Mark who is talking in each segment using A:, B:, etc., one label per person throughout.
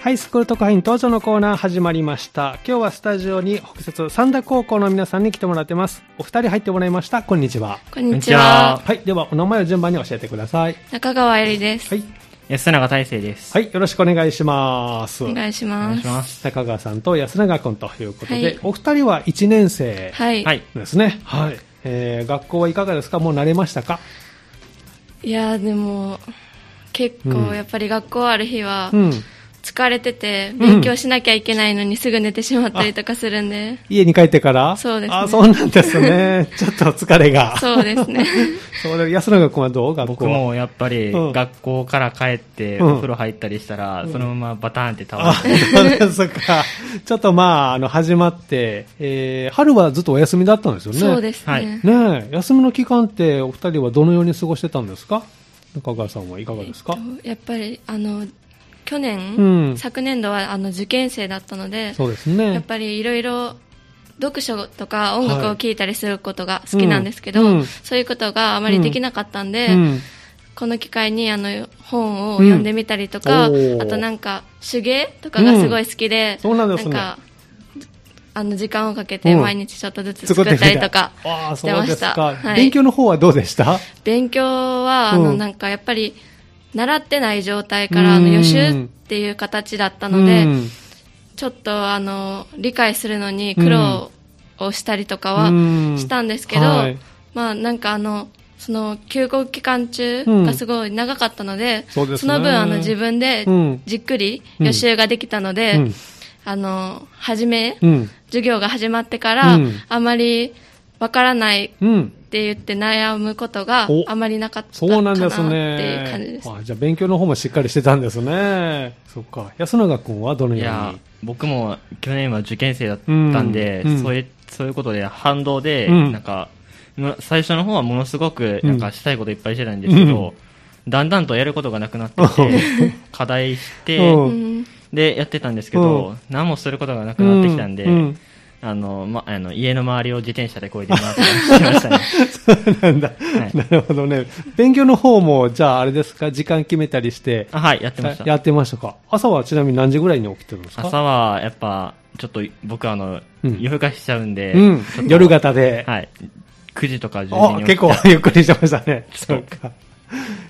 A: ハイスクール特派員登場のコーナー始まりました。今日はスタジオに北節三田高校の皆さんに来てもらってます。お二人入ってもらいました。こんにちは。
B: こんにちは。
A: はい。では、お名前を順番に教えてください。
B: 中川えりです。
A: はい。
C: 安永大成です。
A: はい。よろしくお願いします。
B: お願いし
C: お願
B: ま
C: いし
B: す。
C: ます。
A: 高川さんと安永君ということで、
B: はい
A: お二人は1年生
B: はい。、
C: はいい。
A: ですね。はい。えー、学校はいかがですかもう慣れましたか
B: やーでも、結
A: うん
B: 構やっぱり学校ある日は
A: うん。
B: 疲れてて、
A: ん
B: 勉強しなきゃいけないのにすぐ寝てしまったりとかするんで、
A: 家に帰ってから
B: そうですね
A: あ、そうなんです ね。ちょっと疲れが。
B: そうですね。
A: そうだ安永君はどう学校
C: 僕もやっぱり
A: うん
C: 学校から帰って
A: うん
C: お風呂入ったりしたら、そのままバターンって倒
A: あ、
C: れて、
A: そうですか。ちょっとまあ、あの、始まって、えー、春はずっとお休みだったんですよね。
B: そうです
C: は
B: ね
C: い。
A: ねえ、休みの期間ってお二人はどのように過ごしてたんですか中川さんはいかがですか、
B: やっぱり、あの、去年、
A: うん
B: 昨年度はあの受験生だったので、
A: そうですね。
B: やっぱりいろいろ読書とか音楽を聴いたりすることが好
A: う
B: き
A: ん
B: なんですけど、
A: うん
B: そういうことがあまりできなかったんで、
A: うん、
B: この機会にあの本を読んでみたりとか、
A: うんおー
B: あとなんか手芸とかがすごい好きで、
A: そうなんですね
B: かあの時間をかけて
A: うん
B: 毎日ちょっとずつ作ったりとか
A: ああ、
B: し
A: そ
B: てま
A: うで
B: し
A: す
B: た。
A: か、
B: はい、
A: 勉
B: 勉強
A: 強の方はどうでした
B: はあ
A: う
B: の
A: ん
B: なんかやっぱり習ってない状態からあの
A: うん
B: 予習っていう形だったの
A: う
B: で、
A: ん
B: ちょっとあの理解するのに苦労をしたりとかは
A: うん
B: したんですけど、
A: はい
B: まあなんかあの、その休校期間中
A: うん
B: がすごい長かったので、
A: そうですね
B: の分あの自分で
A: うん
B: じっくり予習ができたので、
A: うん
B: あの、初め、
A: うん。
B: 授業が始まってから、
A: うん
B: あまりわからないっ
A: うん。
B: て言って悩むことが
A: お
B: あまりなかったか
A: そうな
B: なっ
A: ん
B: て
A: で
B: いう
A: す
B: 感じ
A: ね
B: で。す。
A: あじゃあ勉強の方もしっかりしてたんですね。そっか。安永君はどの
C: い
A: よう
C: や
A: に、
C: 僕も去年は受験生だったんで、
A: うん
C: そういう、そういうことで反動で、
A: うん
C: なんか、む最初の方はものすごく、
A: うん
C: なんかしたいこといっぱいしてたんですけど、だんだんとやることがなくなってきて、課題して、
A: う
B: うんん
C: で、やってたんですけ
A: う
C: ど、何もすることがなくなってきたんで、
A: ううん
C: あの、ま、あの、家の周りを自転車でこいで回ったりしてましたね。
A: そう なんだ、
C: い
A: なるほどね。勉強の方も、じゃああれですか、時間決めたりして、
C: あはい、やってました。
A: やってましたか。朝はちなみに何時ぐらいに起きてるんですか
C: 朝はやっぱちょっと僕あの、
A: うん
C: 夜更かしちゃうんで、
A: うん。夜型で。
C: はい9時とか10時
A: お
C: に起きて
A: 結構 ゆっくりしてましたね。そ
C: そうう
A: か。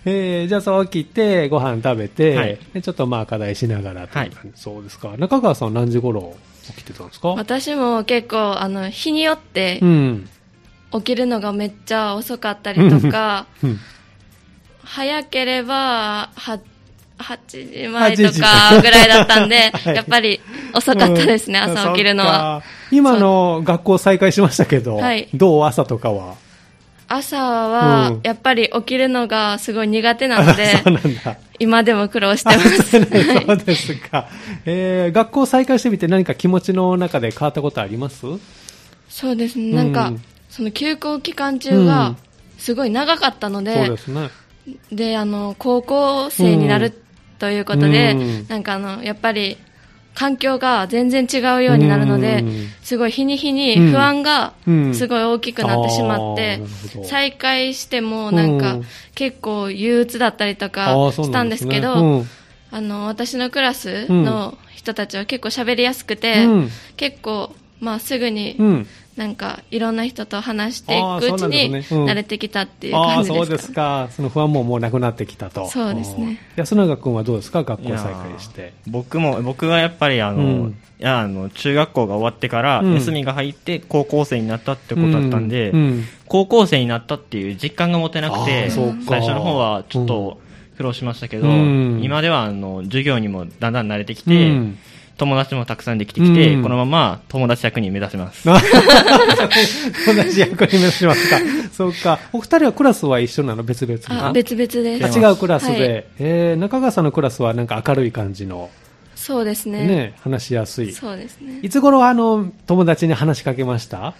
A: えー、じゃあそう起きて、ご飯食べて、
C: はい
A: でちょっとまあ課題しながらという
C: はい
A: 感じ、そうですか。中川さんは何時頃起きてたんですか
B: 私も結構、あの、日によって
A: うん。
B: 起きるのがめっちゃ遅かったりとか、
A: うん
B: 早ければは8時
A: 8
B: 前
A: 時
B: とかぐらいだったんで、
A: はい
B: やっぱり遅かったですね、
A: うん
B: 朝起きるのは。
A: そっか今の学校再開しましたけど、
B: はい
A: どう朝とかは。
B: 朝は
A: うん
B: やっぱり起きるのがすごい苦手なので、
A: そうなんだ。
B: 今でも苦労してま
A: あ
B: す。
A: そうなんだそうですか。えー学校再開してみて何か気持ちの中で変わったことあります
B: そうですね、なんか、
A: うん
B: その休校期間中
A: うん
B: がすごい長かったの
A: そう
B: で、
A: ですね。
B: であの高校生になるということで、
A: うん
B: なんかあのやっぱり環境が全然違うようになるので、
A: うん
B: すごい日に日
A: う
B: に
A: ん
B: 不安が
A: うん
B: すごい大きくなってしまって
A: あーなるほ、ど
B: 再開してもなん
A: う
B: か
A: ん
B: 結構憂鬱だったりとか
A: あーそう
B: したんですけど、あ,、
A: ね
B: の私のクラスの人たちは結構喋りやすくて、
A: うん
B: 結構まあすぐに
A: うんうん
B: なんかいろんな人と話してい
A: あー
B: くうち
A: そうなん
B: に
A: ですねうん
B: 慣れてきたっていう
A: ああ
B: 感
A: ー、
B: じ
A: そう
B: で
A: ですす
B: か。
A: か。その不安ももうなくなってきたと。
B: そうですね
A: うん。安永君はどうですか学
C: い
A: 校
C: や
A: 再開して。
C: 僕も僕はやっぱりあの、
A: うん
C: いやあの中学校が終わってから
A: うん
C: 休みが入って高校生になったってことだったんで、
A: うんうん
C: 高校生になったっていう実感が持てなく
A: あー
C: て
A: そう
C: 最
A: か
C: 初の方はちょっと苦労しましたけど、
A: うん
C: 今ではあの授業にもだんだん慣れてきて、
A: うん
C: 友達もたくさんできてきて、
A: うん
C: このまま友達役に目指します
A: あ同じ役に目指しますか。 そうか。お二人はクラスは一緒なの別々
B: あ
A: の
B: 別々です。
C: あ
A: あ違うクラスで。
B: はい
A: えー中川さんのクラスはなんか明るい感じの、
B: そうですね。
A: ね、話しやすい。
B: そうですね。
A: いつ頃あの、友達に話しかけました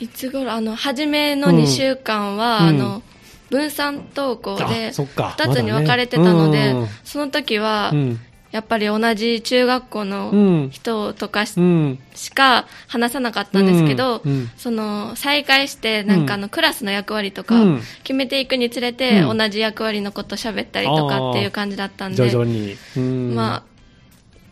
B: いつ頃、あの、初めの
A: うん
B: 2週間は、
A: うん
B: あの、分散登校で、
A: あそっか
B: 2つに
A: まだね
B: 分かれてたので、
A: うん
B: その時は、
A: うん。
B: やっぱり同じ中学校の
A: ん。
B: 人とかし,、
A: うん。
B: か話さなかったんですけど、
A: うんうん
B: その、再開して、なんかあの、クラスの役割とか
A: うん、
B: 決めていくにつれて、
A: うん
B: 同じ役割のこと喋ったりとかっていう感じだったんで、
A: 徐々に。うん
B: まあ、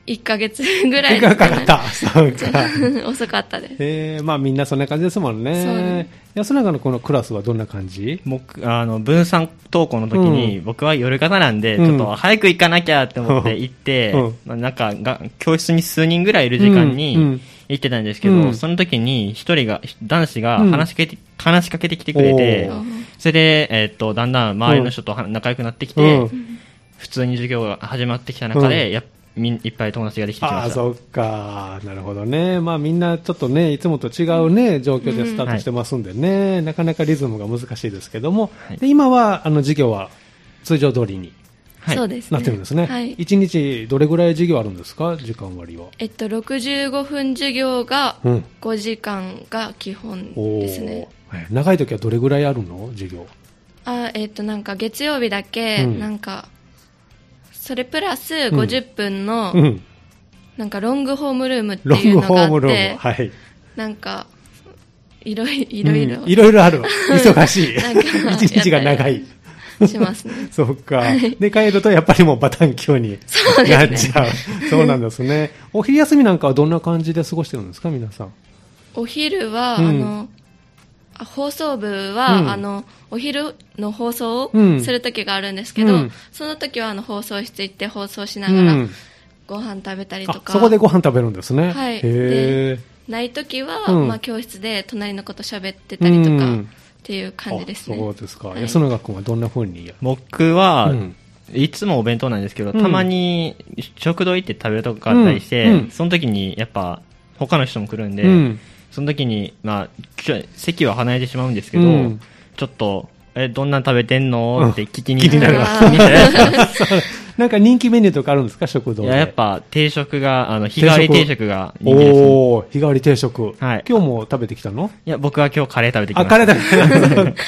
B: 1ヶ月ぐらい
A: 時
B: です
A: 間
B: か
A: かか
B: ね
A: っ。た。そうか。
B: 遅かったです。
A: えー、まあみんなそんな感じですもん
B: そう
A: ね
B: ね。
A: 安永のこのクラスはどんな感じ
C: 僕あの分散登校の時に、僕は夜型なんで、
A: うん
C: ちょっと早く行かなきゃって思って行って、
A: うん
C: まあなんかが教室に数人ぐらいいる時間
A: うんう
C: に
A: ん
C: 行ってたんですけど、
A: うん
C: その時に一人が男子が
A: うん
C: 話しかけて,、話しかけてきてくれて
A: おー
C: それで、えっとだんだん周りの人とは仲良くなってきて、
A: うん
C: 普通に授業が始まってきた中で、
A: うん
C: やっみんいっぱい友達ができてき
A: あ
C: ま
A: あ、
C: した。
A: そっか。なるほどね。まあみんなちょっとね、いつもと違うね、状況でスタートしてますんでね、なかなかリズムが難しいですけども、
C: はい
A: で今は、あの、授業は通常通りに
C: はい
B: そうですね。
A: なってるんですね。
B: はい。
A: 一日どれぐらい授業あるんですか時間割は。
B: えっと、65分授業が
A: うん
B: 5時間が基本
A: お
B: ですね。
A: ー長い時はどれぐらいあるの授業。
B: あえっと、なんか月曜日だけ、
A: うん
B: なんか、それプラス
A: ん
B: 50分の、
A: うん。
B: なんかロングホームルームって
A: ロン
B: いう
A: グ
B: の
A: ホ
B: があ
A: ー
B: っ
A: ムロー
B: て
A: ム。、はい。
B: なんか、いろいろ、いろ
A: うん
B: い
A: いろいろあるわ。忙しい。
B: なんか
A: 一日が長い。
B: ろします ね。
A: そうか。で、帰るとやっぱりもうバタンキョになっちゃう。そうなんですね。お昼休みなんかはどんな感じで過ごしてるんですか、皆さん。
B: お昼は、
A: うん
B: あのあ放送部は、
A: うん
B: あのお昼の放送を
A: うん
B: する時があるんですけど、
A: うん
B: その時はあの放送室行って放送しなが
A: う
B: ら
A: ん。
B: ご飯食べたりと
A: あ、
B: か、
A: そこでご飯食べるんですね。
B: はい
A: へえ。
B: ない時は、
A: うん
B: まあ、教室で隣の子と喋ってたりと
A: う
B: かっ
A: ん
B: ていう感じですね、
A: あそうですか。
B: はい
A: 安永君はどんな風にや
C: 僕は、
A: うん
C: いつもお弁当なんですけど、
A: うん
C: たまに食堂行って食べるとこがあったりして、
A: うんうん
C: その時にやっぱ他の人も来るんで、
A: うん
C: その時に、まあ、きょ席は離れてしまうんですけど、
A: うん
C: ちょっと、え、どんなん食べてんのって聞きに
A: 気に
B: なる
C: 聞きにな る
A: なんか人気メニューとかあるんですか、食堂
C: い
A: で。
C: や、やっぱ定食が、あの、日替わり定食が人気ですね、
A: おー、日替わり定食。
C: はい
A: 今日も食べてきたの
C: いや、僕は今日カレー食べてきま
A: あ、
C: した。
A: 彼だけなんか。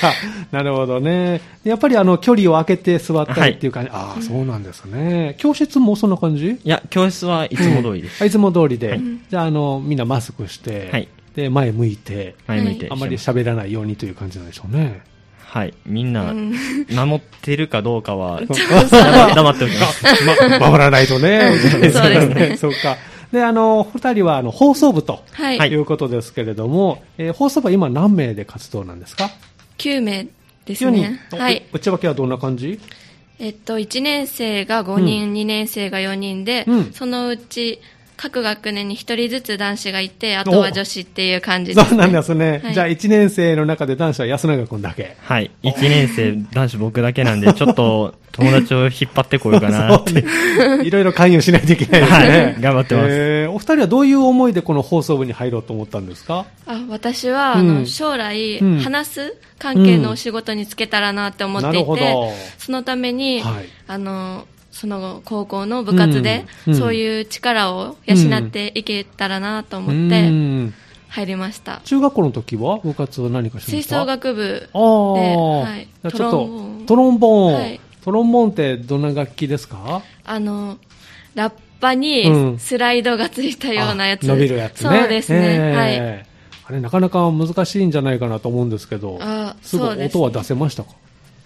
A: なるほどね。やっぱりあの、距離を空けて座ったりっていう感じ。ああ、そうなんですね。教室もそんな感じ
C: いや、教室はいつも通りです。
A: あいつも通りで。じゃあ、あの、みんなマスクして、
C: はい
A: で、前向いて、
C: 前向いて。
A: あまり喋らないようにという感じなんでしょうね。
C: はい。みんな
B: う、ん
C: 守ってるかどう かは、黙っておきます。
A: ま、守らないとね。
B: そうですね
A: そうか。で、あの、二人は、あの、放送部と。
B: はい、
C: はい
A: いうことですけれども、えー放送部は今何名で活動なんですか
B: 9名です
A: 四
B: ね
A: 人
B: はい
A: お内訳はどんな感じ
B: えっと、1年生が5人、2年生が4人で、
A: うん
B: そのうち各学年に1人ずつ男子がいて、あとは女子っていう感じです、ね。
A: そうなんですね。
B: はい
A: じゃあ、1年生の中で男子は安永くんだけ。
C: はい。1年生、男子僕だけなんで、ちょっと友達を引っ張ってこようかなって。
A: そういろいろ関与しないといけないですね。
C: はい頑張ってます
A: えーお二人はどういう思いでこの放送部に入ろうと思ったんですか
B: あ私は、あ
A: う
B: の
A: ん
B: 将来、
A: うん
B: 話す関係のお仕事に就けたらなって思って
A: なる
B: い
A: ほ
B: て、
A: ど
B: そのために、
A: はい
B: あのその高校の部活で、
A: うんうん
B: そういう力を養っていけたらなと思っ
A: う
B: て
A: ん
B: 入りました。
A: 中学校の時は部活は何かしてま
B: 吹
A: した
B: 奏楽部
A: あー、
B: はい
A: じゃあちょっ
B: トロンボー
A: と、トロンボーン。
B: ンはい
A: トロンボーンってどんな楽器ですか
B: あの、ラッパ
A: う
B: に
A: ん
B: スライドがついたようなやつ。
A: あ伸びるやつね。
B: そうですね。
A: え
B: はい。
A: えあれ、なかなか難しいんじゃないかなと思うんですけど、
B: あ
A: すご
B: そう
A: い
B: です
A: 音は出せましたか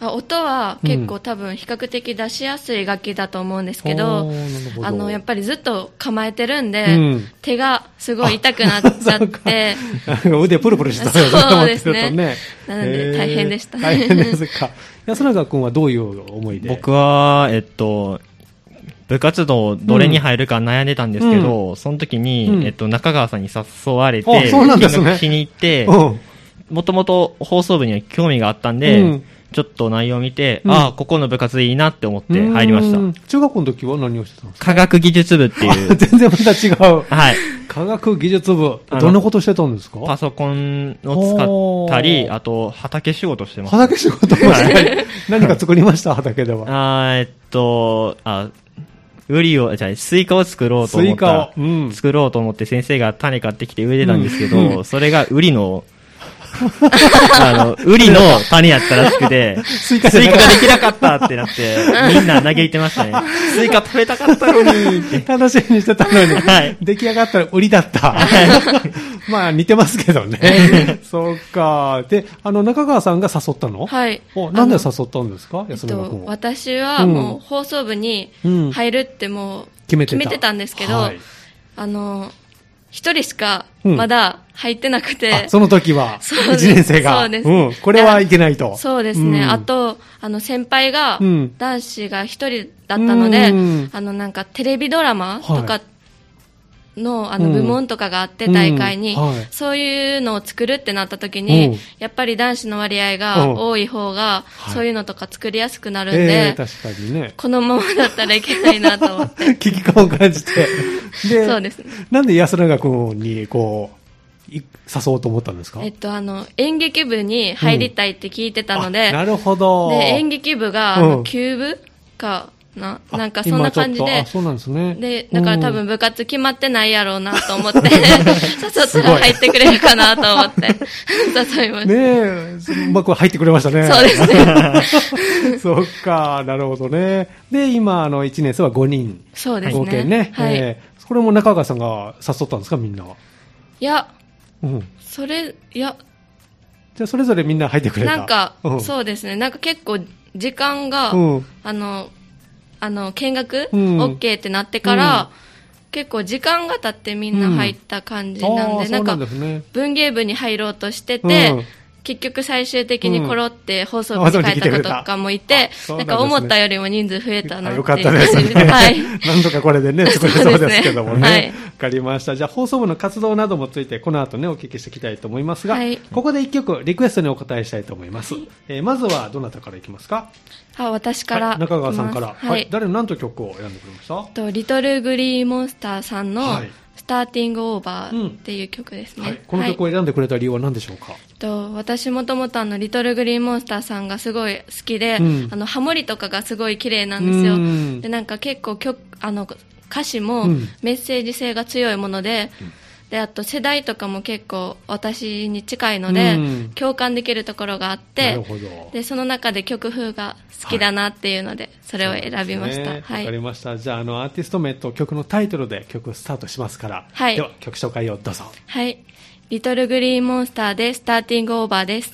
B: あ音は結構多分比較的出しやすい楽器だと思うんですけど、
A: あーなるほど
B: あの、やっぱりずっと構えてるんで、
A: うん
B: 手がすごい痛くな っちゃって、
A: 腕プルプルしてたよね
B: そうですね
A: 思ってるとね
B: なので
A: えー
B: 大変でした
A: 大変ですか。 安永君はどういう思いで
C: 僕は、えっと、部活動どれに入るか悩んでたんですけど、その時に、
A: うん
C: えっと、中川さんに誘われ
A: あ
C: て、
A: そうなんですね
C: 見学しに行って、
A: うん
C: もともと放送部には興味があったんで、
A: うん
C: ちょっと内容を見て、
A: うん
C: ああ、ここの部活いいなって思って入りまし
A: う
C: た
A: ん。中学校の時は何をしてたんですか、
C: 科学技術部っていう
A: 全然また違う。
C: はい。
A: 科学技術部
C: あ、の
A: どんなことしてたんです
C: パ
A: か
C: ソコンを使ったり、
A: おー
C: あと、畑仕事してます。
A: 畑仕事をした り、何か作りました畑では。
C: あーえっと、あ、ウリを、じゃあ、スイカを作ろうと思
A: ス
C: った
A: イカをうん
C: 作ろうと思って先生が種買ってきて植えてたんですけど、
A: うん
C: それがウリの、あの、売りの種やったらしくて、
A: ス
C: ス
A: イ
C: イ
A: カ
C: カ
A: じゃ
C: で
A: なかった
C: きなかったってなって、みんな嘆いてましたね。スイカ食べたか ったのにって。
A: 楽しみにしてたのに、
C: はい
A: 出来上がったら売りだった。 まあ似てますけどね。そうか。で、あの、中川さんが誘ったの
B: はい。
A: おなんで
B: あの
A: 誘ったんですか
B: えっ
A: 安村
B: と
A: 君、を。
B: 私はも
A: う
B: うん放送部に
A: うん
B: 入るってもう
A: 決めて
B: 決
A: た
B: めてたんですけど、
A: はい
B: あの、一人しか
A: うん
B: まだ入ってなくて、
A: あその時は、
B: そうで
A: 1
B: す
A: 年生が。
B: そうです
A: ん。これはいけないと。
B: そうですね。
A: うん
B: あ、と、あの、先輩が
A: うん、
B: 男子が一人だったので、
A: うん
B: あの、なんか、テレビドラマと
A: は
B: か
A: い
B: の、あの、
A: うん
B: 部門とかがあって、大会に、
A: うんはい
B: そういうのを作るってなった時に、
A: うん
B: やっぱり男子の割合が多い方が、
A: うん
B: そういうのとか作りやすくなるんで、
A: ええ確かにね。
B: このままだったらいけないなと思って。
A: 危機感を感じて。で、
B: そうですね。
A: なんで安永君に、こう、い誘おうと思ったんですか
B: えっと、あの、演劇部に入りたいって聞いてたので、
A: あなるほど。
B: で、演劇部が、あ
A: うん
B: の、球部かな、
A: あ
B: なんかそんな感じ
A: 今ちょっ
B: で
A: とあ、そうなんですね。
B: で、だから多分
A: うん
B: 部活決まってないやろうなと思って、誘 ったら入ってくれるかなと思って、誘いました。
A: ねえ、そのうまく入ってくれましたね。
B: そうですね。
A: す。 そっか、なるほどね。で、今、あの、1年生は5人。
B: そうですね。
A: 合計ね。
B: はい。
A: ええこれも中川さんが誘ったんですか、みんなは。
B: いや、
A: うん。
B: それ、いや、
A: じゃあ、それぞれみんな入ってくれた。
B: なんか、
A: うん、
B: そうですね。なんか結構、時間が、
A: うん。
B: あの、あの、見学、
A: うん
B: OK ってなってから、結構時間が経ってみんな入った感じなん
A: あ
B: で、
A: あ、
B: な
A: そうんな
B: か
A: んですね。
B: 文芸部に入ろうとしてて、
A: うん
B: 結局最終的にコロって放送部に帰った子とかもいて、
A: うん
B: なんか思ったよりも人数増えた
A: あ
B: な
A: よ
B: っ
A: かって
B: いう
A: たですね。
B: はい。
A: なんとかこれ でね、作れそうですけどもね。わ、
B: そうですね
A: かりました。じゃあ、放送部の活動などもついて、この後ね、お聞きしていきたいと思いますが、
B: はい
A: ここで一曲、リクエストにお答えしたいと思います。えーまずは、どなたからいきますか
B: あ、私から、
A: はい中川さんから。
B: いきます
A: はい。
B: はい。
A: 誰の何と曲を選んでくれました
B: えっと、リトルグリーンモンスターさんの
A: はい、
B: スターティングオーバーっていう曲ですね。
A: はい。この曲を選んでくれた理由は何でしょうか、
B: えっと私もともとあのリトルグリーンモンスターさんがすごい好きで、
A: うん
B: あのハモリとかがすごい綺麗なんですよ、
A: うん
B: でなんか結構曲あの歌詞も
A: うん
B: メッセージ性が強いもので,、であと世代とかも結構私に近いので、
A: うん
B: 共感できるところがあっ
A: な
B: て
A: るほど。
B: でその中で曲風が好きだなっていうので、それを選び
A: そうで
B: ました、
A: すねわ、
B: はい
A: かりました。じゃあ、あの、アーティスト名と曲のタイトルで曲をスタートしますから。
B: はい
A: では、曲紹介をどうぞ。
B: はいリトルグリーンモンスターでスターティングオーバーです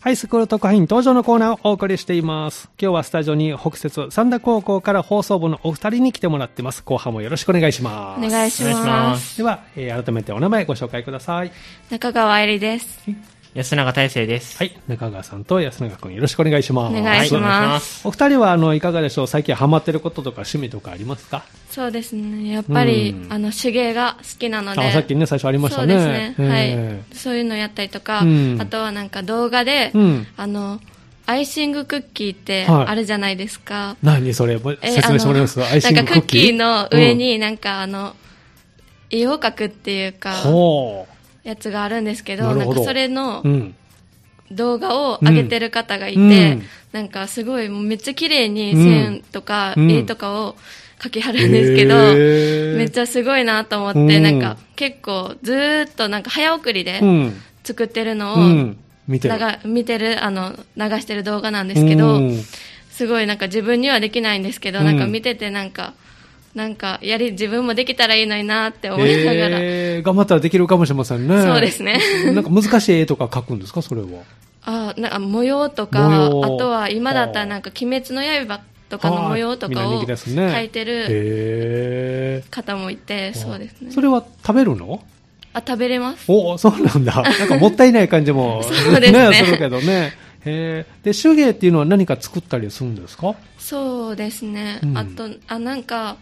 A: はい、スクール特派員登場のコーナーをお送りしています。今日はスタジオに北節三田高校から放送部のお二人に来てもらってます。後半もよろしくお願いしま
B: お
A: す。
B: 願いし
C: お願いし
B: ま
C: ますす
A: では、えー改めてお名前ご紹介ください。
B: 中川愛理です
C: 安永大成です。
A: はい、中川さんと安永くんよろしくお願いします。
B: お願いします
C: す。
A: お二人は、あの、いかがでしょう最近ハマってることとか趣味とかありますか
B: そうですね。やっぱり、
A: うん
B: あの、手芸が好きなので。
A: あさっきね、最初ありましたね。
B: そうですね。はい、
A: え
B: そういうのやったりとか、
A: うん
B: あとはなんか動画で、
A: えうん。
B: あの、アイシングクッキーって
A: はい
B: あるじゃないですか。
A: 何それ、もう
B: え
A: 説明してもらいます
B: あの
A: アイシン
B: な
A: グ
B: ん
A: ク
B: か
A: ッ
B: クッ
A: キ
B: キ
A: ー
B: ーの上、になんかあの、絵を描くっていう
A: うん
B: か、
A: ほ
B: やつがあるんですけど、
A: な
B: な
A: るほど
B: んかそれの
A: う。 うん。
B: 動画を上げてる方がいて、
A: うんうん
B: なんかすごいもうめっちゃ綺麗に
A: うん
B: 線とか
A: うん
B: 絵とかを描きはるんですけど、
A: へー
B: めっちゃすごいなと思って、
A: うん
B: なんか結構ずーっとなんか早送りで
A: うん。
B: 作ってるのを、
A: うん。見て
B: 流
A: る。
B: 見てる、あの、流してる動画なんですけ
A: う
B: ど、
A: ん
B: すごいなんか自分にはできないんですけど、
A: うん
B: なんか見ててなんか、なんかやり、自分もできたらいいのになって思いながら、
A: えー頑張ったらできるかもしれませんね。
B: そうですね。
A: なんか難しい絵とか描くんですかそれは。
B: あなんか模様と
A: 模
B: か、あ
A: 様
B: とは今だったらなんか、鬼滅の刃とかの模様とか
A: あーみんな
B: を
A: 人気ですね
B: 描いてる
A: へ
B: 方もいて、
A: ー
B: そうですね
A: そ。れは食べるの
B: あ、食べれます。
A: おそうなん だ。なんかもったいない感じも
B: そうですね
A: するけどね。へーで、手芸っていうのは何か作ったりするんですか
B: そうですね。
A: うん
B: あと、あ、なんか、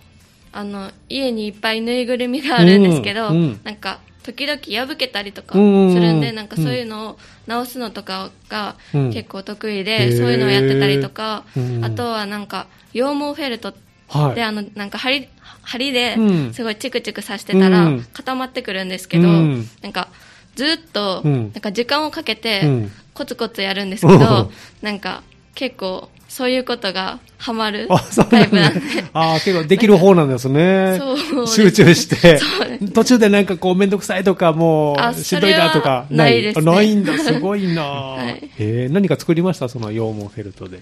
B: あの、家にいっぱいぬいぐるみがあるんですけど、
A: うんうん
B: なんか、時々破けたりとかす
A: うんうんうん
B: るんで、なんかそういうのを直すのとかが
A: うん
B: 結構得意
A: へ
B: で、
A: ー
B: そういうのをやってたりとか、
A: うん
B: あとはなんか、羊毛フェルトって、
A: はい。
B: であのなんか針針で
A: うん
B: すごいチクチクさしてたら
A: うん
B: 固まってくるんですけど、
A: うん
B: なんかずっと
A: うん
B: なんか時間をかけ
A: う
B: て
A: ん
B: コツコツやるんですけ
A: う
B: ど、
A: ん
B: なんか結構そういうことがハマる
A: あ、そう
B: タ
A: な
B: イ
A: ん
B: プな
A: だ
B: んで。
A: あー結構できる方なんですね。
B: そうです
A: 集中して
B: そうで、
A: 途中でなんかこうめんどくさいとか、も
B: あ
A: うしんどいなとか、
B: それはないですね
A: あないんだ、すごいな、
B: はい
A: えー何か作りましたその羊毛フェルトで。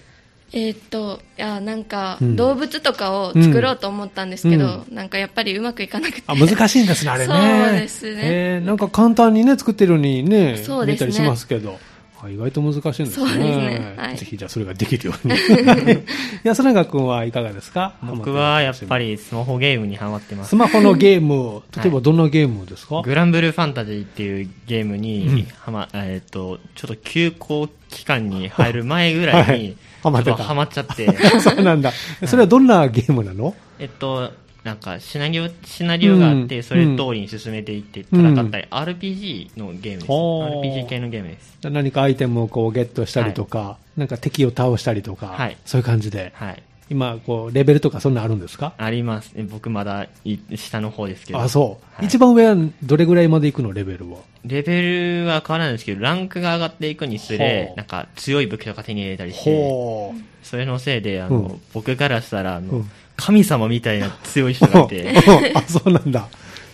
B: えーっといやなんか、
A: うん
B: 動物とかを作ろうと思ったんですけど、
A: う
B: なんかやっぱりうまくいかなくて
A: あ、難しいんですね、あれね。
B: そうですね
A: えーなんか簡単にね、作ってるのにね、
B: そう
A: 見
B: です
A: た
B: ね
A: りしますけど。あ意外と難しいんですね。
B: そうですねはい
A: ぜひ、じゃあそれができるよ うに。はい安永君はいかがですか
C: 僕はやっぱ
A: り。
C: りスマホゲームにハマってます
A: ス。マホのゲーム、例えばどんなゲームですか、
C: グランブルーファンタジーっていうゲーム
A: うん
C: に、はま、えっと、ちょっと休校期間に入る前ぐら
A: はい
C: に、
A: い
C: ち
A: ハ
C: ょ
A: マっ
C: って
A: た
C: とハマっちゃ って、
A: そうなんだ。それはどんなゲームなの
C: えっと、なんかシナリオ、シナリオがあっ
A: う
C: て、
A: ん
C: それ通りに進めていって戦ったり、RPG のゲームです。
A: ほう
C: RPG 系のゲームです。
A: 何かアイテムをこうゲットしたりとか、なんか敵を倒したりとか、
C: はい
A: そういう感じで。
C: はい。
A: 今、こう、レベルとかそんなのあるんですか
C: あります。え僕まだい下の方ですけど。
A: あ、そう、
C: はい
A: 一番上はどれぐらいまで行くのレベルは。
C: レベルは変わらないんですけど、ランクが上がっていくにつ
A: ほ
C: れ
A: う、
C: なんか強い武器とか手に入れたりして、
A: ほう。
C: それのせいで、あの、
A: うん
C: 僕からしたら、あの、
A: うん
C: 神様みたいな強い人がいて、
A: あ、そうなんだ。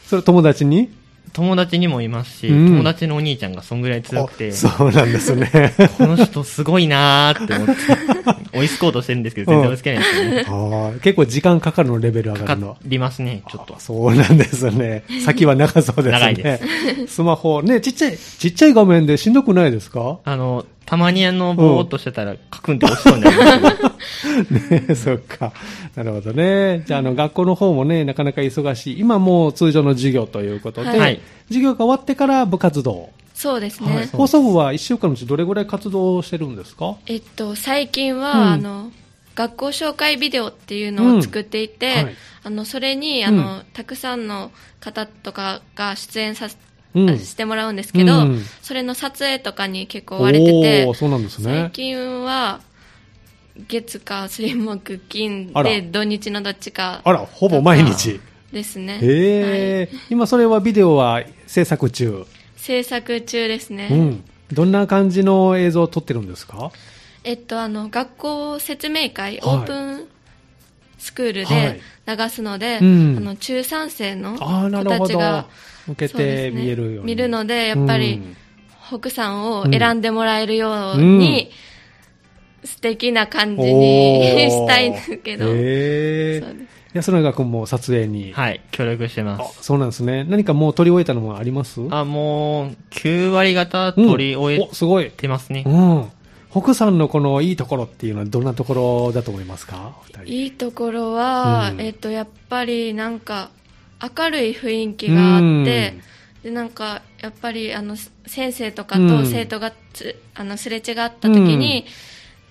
A: それ友達に
C: 友達にもいますし、
A: うん
C: 友達のお兄ちゃんがそんぐらい強くて
A: あ、 そうなんですね。
C: この人すごいなーって思 って、追いつこうとしてるんですけど、全然追いつけないんですよね。
A: はい結構時間かかるの、レベル上が
C: か
A: るの
C: か。りますね、ちょっと
A: あ。そうなんです ね。先は長そうですね。
C: 長いで
A: スマホ、ね、ちっちゃい、ちっちゃい画面でしんどくないですか
C: あの、たまにあの、ぼーっとしてたら、カクンって落ちそうになりますけど
A: ね、 そっか。なるほどね。じゃあ、あの、学校の方もね、なかなか忙しい。今もう通常の授業ということで、
C: はい
A: 授業が終わってから部活動。
B: そうですね、
A: はい、放送部は1週間のうちどれぐらい活動してるんですか
B: えっと最近は、
A: うん
B: あの学校紹介ビデオっていうのを作っていて、
A: うんはい
B: あのそれにあの、たくさんの方とかが出演させ、
A: うん
B: してもらうんですけ
A: う
B: ど、
A: ん
B: それの撮影とかに結構追われてて
A: おー、そうなんですね
B: 最。近は月火水木金
A: あら
B: で土日のどっちか
A: あら、ほぼ毎日。
B: ですね、はい
A: ええ今それはビデオは制作中。
B: 制作中ですね、
A: うん。どんな感じの映像を撮ってるんですか
B: えっと、あの学校説明会、
A: はい
B: オープンスクール
A: はい
B: で流すので、
A: うん
B: あの中3生の
A: ああ、なる
B: 子
A: ほ
B: たち
A: ど
B: が。
A: 向け
B: そう
A: て
B: ですね
A: 見えるように。
B: 見るのでやっぱり、
A: うん
B: 北さんを選んでもらえるように、素敵な感じ
A: おー
B: に したいんですけど、
A: え
B: そうで
A: え安永君も撮影に。
C: はい、協力してま
A: あ
C: す。
A: そうなんですね。何かもう撮り終えたのもあります
C: あ、もう、9割方取り終
A: うん
C: え
A: おすごい。
C: てますね
A: う。ん。北さんのこのいいところっていうのはどんなところだと思いますかお二人
B: いいところは、
A: うん
B: えっとやっぱりなんか明るい雰囲気があって、
A: うん
B: でなんかやっぱりあの先生とか
A: う
B: と
A: ん
B: 生徒がつ、あのすれ違った時に、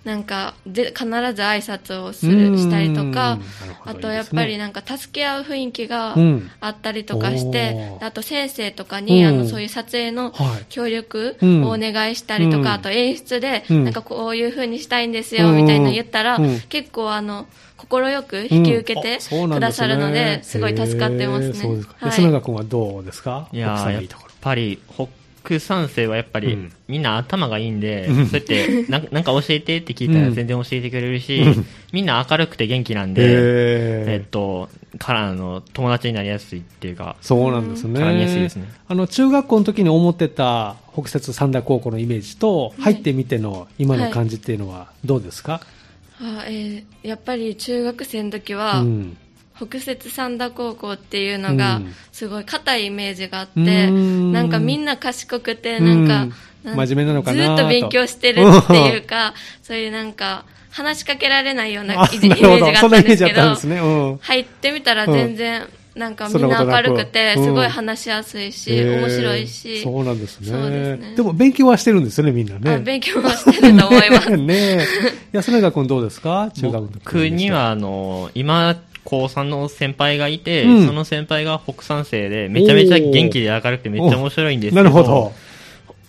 B: なんかぜ必ず挨拶をする、
A: うん
B: したりと
A: う
B: か
A: んなるほど
B: あ
A: いいです
B: と
A: ね
B: やっぱりなんか助け合う雰囲気が
A: うん
B: あったりとかして、
A: おー
B: あと先生とかに、
A: うん
B: あのそういう撮影の
A: はい
B: 協力
A: うん
B: をお願いしたりとか、
A: うん
B: あと演出で、
A: うん
B: なんかこういう風にしたいんですよ、みたいなの言ったら、
A: うん
B: 結構あの快く引き受け
A: うん
B: て
A: あそうな
B: く
A: ん
B: だ
A: です
B: さ
A: ね
B: るので、すごい助かってます
A: へ
B: ね。
A: ーそうですか。
B: はい
A: 安永君はどうですか
C: いや
A: 北さん
C: ー
A: の
C: やっ
A: いいところ。
C: ぱり、北三世はやっぱ
A: う
C: り
A: ん、
C: みんな頭がいいんで、
A: うん
C: そ うやって、なんなんか教えてって聞いた
A: う
C: ら
A: ん
C: 全然教えてくれるし
A: うん、
C: みんな明るくて元気なんで、え
A: え
C: っと、から、あの、友達になりやすいっていうか、
A: そうなんですね。
C: 絡みやすいですね
A: あの、中学校の時に思ってた北摂三田高校のイメージと、入ってみての今の感じっていうのはどうですか、
B: あえーやっぱり中学生の時は、
A: うん。
B: 北摂三田高校っていうのが
A: うん
B: すごい硬いイメージがあって、
A: うん
B: なんかみんな賢くてなんか、
A: うん
B: ん
A: 真面目なのかなと
B: ずっと勉強してるっていう かそういうなんか話しかけられないようなイメージがあった
A: そんなんイメ
B: で
A: ージ
B: す
A: あ
B: け
A: ったん
B: ど
A: ですね。うん。
B: 入ってみたら全然なんかみんな明るくて
A: そんなことなく
B: すごい話しやすいし、
A: へー
B: 面白いし
A: そうなんですね。
B: そうですね
A: でも勉強はしてるんですよね、みんな
B: あ
A: ね。
B: 勉強はしてると思 います
A: ね え。安永君どうですか中学の時。
C: 僕に。は、あの、今、高3の先輩がいて、
A: うん
C: その先輩が北三世で、めちゃめちゃ元気で明るくてめっちゃ面白いんですけど、
A: なるほど。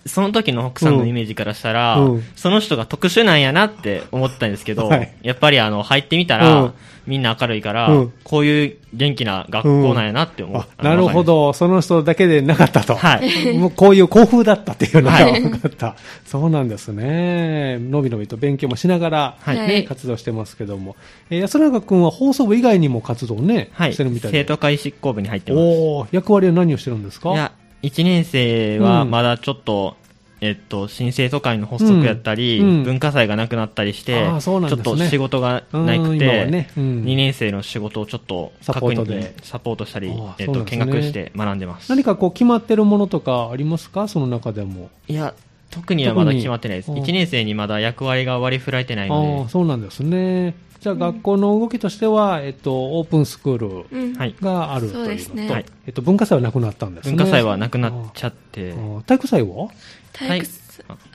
C: その時の奥さんのイメージからしたら、
A: うんうん
C: その人が特殊なんやなって思ったんですけど、
A: はい
C: やっぱりあの入ってみたら、
A: うん
C: みんな明るいから、
A: うん
C: こういう元気な学校なんやなって思っ
A: あ
C: た、
A: なるほど、その人だけでなかったと、
C: はい
A: もうこういう校風だったっていうのが
C: はい
A: 分かった、そうなんですね、のびのびと勉強もしながら、
C: はい
A: ね活動してますけども、えー安永君は放送部以外にも活動ね、
C: はい、
A: してるみたいで
C: 生徒会執行部に入ってます
A: おお役割は何をしてるんですか
C: いや1年生は
A: うん
C: まだちょっと、えっと、新生徒会の発足やったり、
A: うんうん
C: 文化祭がなくなったりして、
A: あー
C: ち
A: そう
C: ょ
A: なんです
C: っ
A: ね
C: と仕事がな
A: う
C: く
A: ん今
C: て、
A: はねうん
C: 2年生の仕事をちょっと
A: サポート
C: 確認
A: で
C: サポートしたり
A: あー、
C: えっ
A: そうな
C: と
A: んです
C: 見
A: ね
C: 学して学んでます
A: 何かこう決まってるものとかありますか、その中でも。
C: いや特にはまだ
A: 特に
C: 決まってないです
A: うん
C: 1年生にまだ役割が割り振られてな
A: あ
C: いの
A: あそうなんですね、じゃあ、学校の動きとしては、えっと、オープンスクール
B: うん
C: で、はい、
A: があると
B: そ
A: いう
B: う
A: のと
B: ですね
C: はい
A: えっと、文化祭はなくなったんですね
C: 文化祭はなくなっちゃって
A: あー体育祭は、
B: 体育
C: はい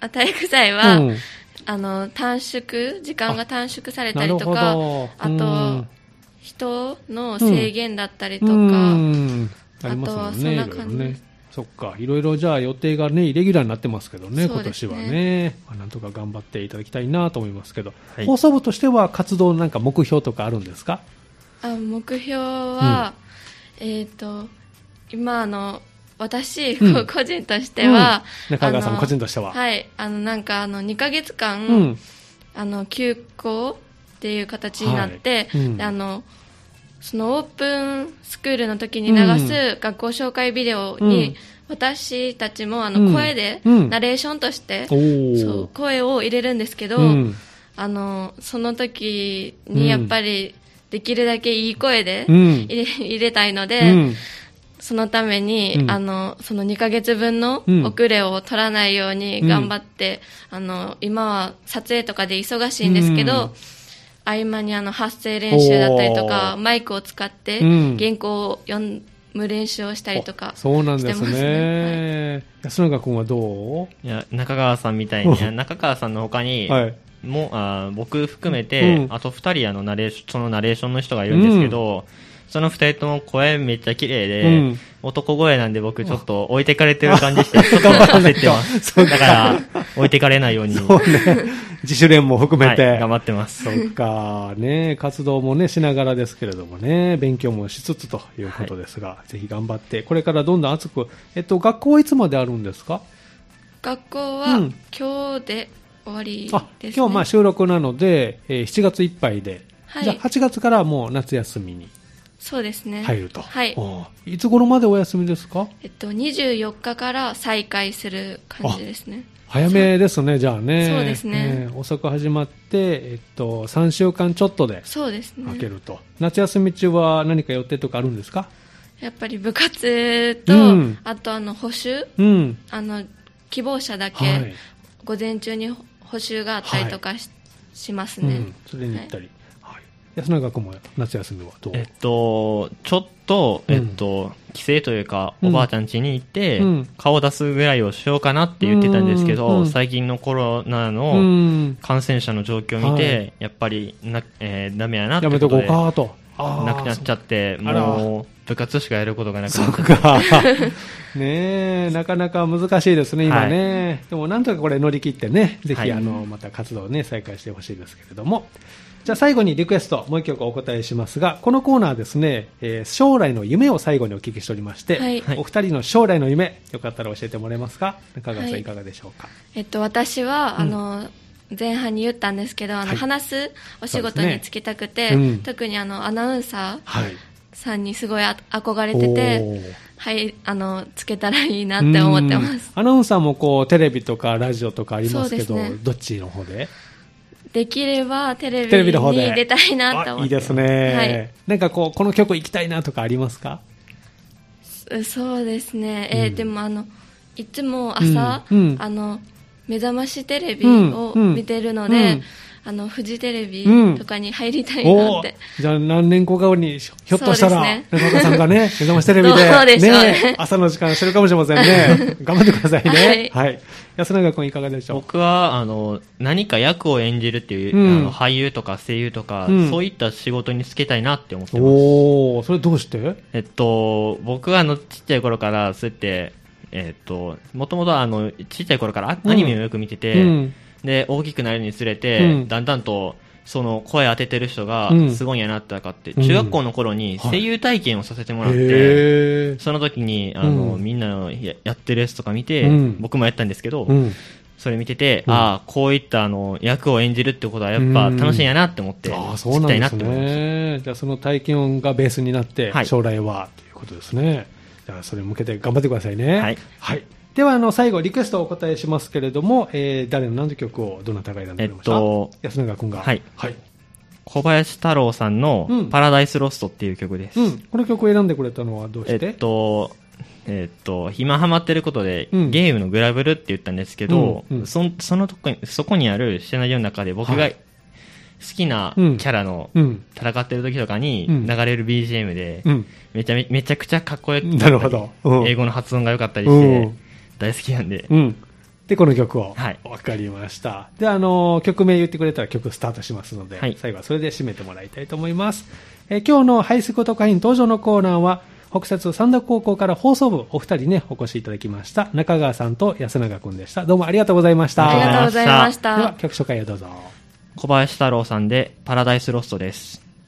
B: あ体育祭は、
A: うん
B: あの短縮時間が短縮された
A: な
B: り
A: る
B: と
A: ほ
B: か
A: ど
B: あと
A: うん
B: 人の制限だったりとか、
A: うんありますもんね
B: あとはそんな感じ
A: いろいろねそっかいろいろじゃあ予定がねイレギュラーになってますけどね
B: そ
A: 今
B: うです
A: 年
B: ね
A: はね、まあ、なんとか頑張っていただきたいなと思いますけど、
C: はい
A: 放送部としては活動なんか目標とかあるんですか
B: あ目標は、えっ、と今あの私、こう
A: うん
B: 個人としては、
A: うん中川さん
B: あの
A: 個人としては
B: はいあのなんかあの2ヶ月間、
A: うん
B: あの休校っていう形になって、
A: はいうん
B: であのそのオープンスクールの時に流す学校紹介ビデオに、
A: うん
B: 私たちもあ
A: う
B: の
A: ん
B: 声で
A: うん
B: ナレーションとして、
A: おー
B: そう声を入れるんですけど、
A: うん
B: あのその時
A: うん
B: にやっぱりできるだけいい声で
A: う
B: 入
A: ん
B: れ,、 入れたいの
A: う
B: で、
A: ん
B: そのために、
A: うん
B: あのその2ヶ月分の
A: うん
B: 遅れを取らないように頑張って、あの今は撮影とかで忙しいんですけ
A: う
B: ど、
A: ん
B: 合間にあの発声練習だったりとか
A: おー
B: マイクを使って
A: うん
B: 原稿を読む練習をしたりとか、
A: おそうなんです
B: してますね
A: ね安永君はどう
C: いや中川さんみたいにいや
A: う
C: 中川さんの他に、
A: はい
C: もうあー僕含めて、
A: うん
C: あと2人あのナレーションそのナレーションの人がいるんですけど、その2人とも声めっちゃ綺麗で、
A: うん
C: 男声なんで僕ちょっと置いてかれてる感じして、ちょっと焦っ てます。だから、置いてかれないように、
A: そうね 自主練も含
C: は
A: め
C: い、
A: て、
C: 頑張ってます。
A: そっか、ね、活動もね、しながらですけれどもね、勉強もしつつということですが、ぜひ頑張って、これからどんどん熱く、えっと、学校はいつまであるんですか
B: 学校は
A: うん
B: 今日で終わり
A: あ、
B: です、ね
A: 今日まあ収録なので、えー7月いっぱいで、
B: はい
A: じゃあ8月からもう夏休みに
B: そうですね
A: 入ると。
B: はい
A: おーいつ頃までお休みですか
B: えっと、24日から再開する感じですね。
A: 早めですね、じゃあね。
B: そうです
A: え
B: ね
A: ー遅く始まって、えっと、3週間ちょっとで
B: そうですね
A: 開。けると。夏休み中は何か予定とかあるんですか
B: やっぱり部活と、
A: うん
B: あとあの補習、
A: うん。
B: あの希望者だけ、
A: はい。
B: 午前中に補習があったりとかし,、ますね、
A: うん、それに行ったり、はい安永君も夏休みはどう、
C: えっと、ちょっと、
A: うん
C: えっと、帰省というか、
A: うん
C: おばあちゃん家に行って、
A: うん
C: 顔出すぐらいをしようかなって言ってたんですけ
A: うん
C: ど、
A: うん
C: 最近のコロナの、
A: うん、
C: 感染者の状況を見て、
A: は
C: やっぱりな、えーダメやなって
A: やめ
C: こと
A: こう
C: とで
A: かとあー
C: なくなっちゃって、
A: あら
C: もう部活しかやることがなく
A: そ
C: なっ
A: っ
C: ちゃっ
A: か ねえなかなか難しいですね今ね、でもなんとかこれ乗り切ってねぜひ、
C: はい
A: あのまた活動をね再開してほしいですけれどもじゃあ最後にリクエストもう一曲お答えしますがこのコーナーはですね、えー将来の夢を最後にお聞きしておりまして、
B: はい
A: お二人の将来の夢よかったら教えてもらえますか中川さん、
B: はい
A: い、かがでしょうか
B: えっと、私は、
A: うん
B: あの前半に言ったんですけどあの、
A: はい
B: 話すお仕
A: そ
B: 事
A: うです
B: に
A: ね
B: 就きたくて、
A: うん
B: 特にあのアナウンサー
A: はい
B: さんにすごいあ憧れてて、
A: おー
B: はい、あのつけたらいいなって思ってます
A: うん。アナウンサーもこうテレビとかラジオとかありますけど、
B: そうですね
A: どっちの方で
B: できればテレ
A: テレビ
B: ビ
A: の方で
B: に出たいなと
A: あ
B: 思
A: い
B: っ
A: い
B: て
A: ですね、
B: はい
A: なんかこうこの曲行きたいなとかありますか
B: そうですね、えー
A: うん
B: でもあのいつも朝、
A: うんうん
B: あの目覚ましテレビ
A: うん
B: を
A: うん
B: 見てるの
A: う
B: で、
A: ん
B: あのフジテレビ
A: うん
B: とかに入りたいな
A: お
B: って、
A: ーじゃあ何年後かにひょひょっとしたら、
B: そ
A: 中岡さんが ね目覚ましテレビで
B: どうでしょうね
A: 朝の時間してるかもしれません ね頑張ってくださいねはい、安永君いかがでしたょ
C: 僕はあの何か役を演じるっていう、
A: うん
C: あの俳優とか声優とか、
A: うん
C: そういった仕事に就けたいなって思っ
A: う
C: てます
A: おおそれどうして
C: えっと僕はあのちっちゃい頃からそうやってえっと、もともとあの、ちっちゃい頃からアニメをよく見てて、
A: うん
C: で、大きくなるにつれて、
A: うん
C: だんだんと、その声当ててる人が
A: うん
C: すごいんやなって分かって、
A: うん
C: 中学校の頃に
A: はい
C: 声優体験をさせてもらって、
A: へー
C: その時に、あの、
A: うん
C: みんなのややってるやつとか見て、
A: うん
C: 僕もやったんですけど、
A: うん
C: それ見てて、
A: うん
C: ああ、こういったあの、役を演じるってことはやっぱ楽しいんやなって思って、
A: ああ、
C: 知
A: そう
C: り
A: なん
C: たい
A: で
C: なっ
A: す
C: て思いました。
A: ね。じゃあ、その体験がベースになって
C: は、い
A: 将来は、ということですね。じゃあ、それに向けて頑張ってくださいね。
C: はい。
A: はい。では、あの、最後、リクエストをお答えしますけれども、えー、誰の何の曲をどなたが選んでくれました
C: えっと
A: 安永君が。
C: はい
A: はい。
C: 小林太郎さんの
A: うん
C: パラダイスロストっていう曲です。
A: うん。この曲を選んでくれたのはどうして
C: えっと、えっと、暇ハマってることで、
A: うん
C: ゲームのグラブルって言ったんですけど、
A: うんうん
C: そんそのとこにそこにあるシナリオの中で僕
A: は
C: が
A: い
C: 好きなキ
A: うん
C: ャラの
A: うん。
C: 戦ってる時とかに
A: うん
C: 流れる BGM で、
A: うん。
C: めちゃめめちゃくちゃかっこよく
A: なるほど。うん
C: 英語の発音が良かったりして、
A: うん
C: 大好きなんで、
A: うん。で、この曲を。
C: はい
A: わかりました。で、あの、曲名言ってくれたら曲スタートしますので、
C: はい
A: 最後はそれで締めてもらいたいと思います。えー今日のハイスクート会員登場のコーナーは、北摂三田高校から放送部お二人ね、お越しいただきました。中川さんと安永くんでした。どうもありがとうございました。
C: あ
B: あ
C: り
B: り
C: が
B: がと
C: と
B: う
C: うご
B: ご
C: ざ
B: ざ
C: い
B: い
C: ま
B: ま
C: し
B: した
A: では
B: た。
A: 曲紹介をどうぞ。
C: 小林太郎さんでパラダイスロストです。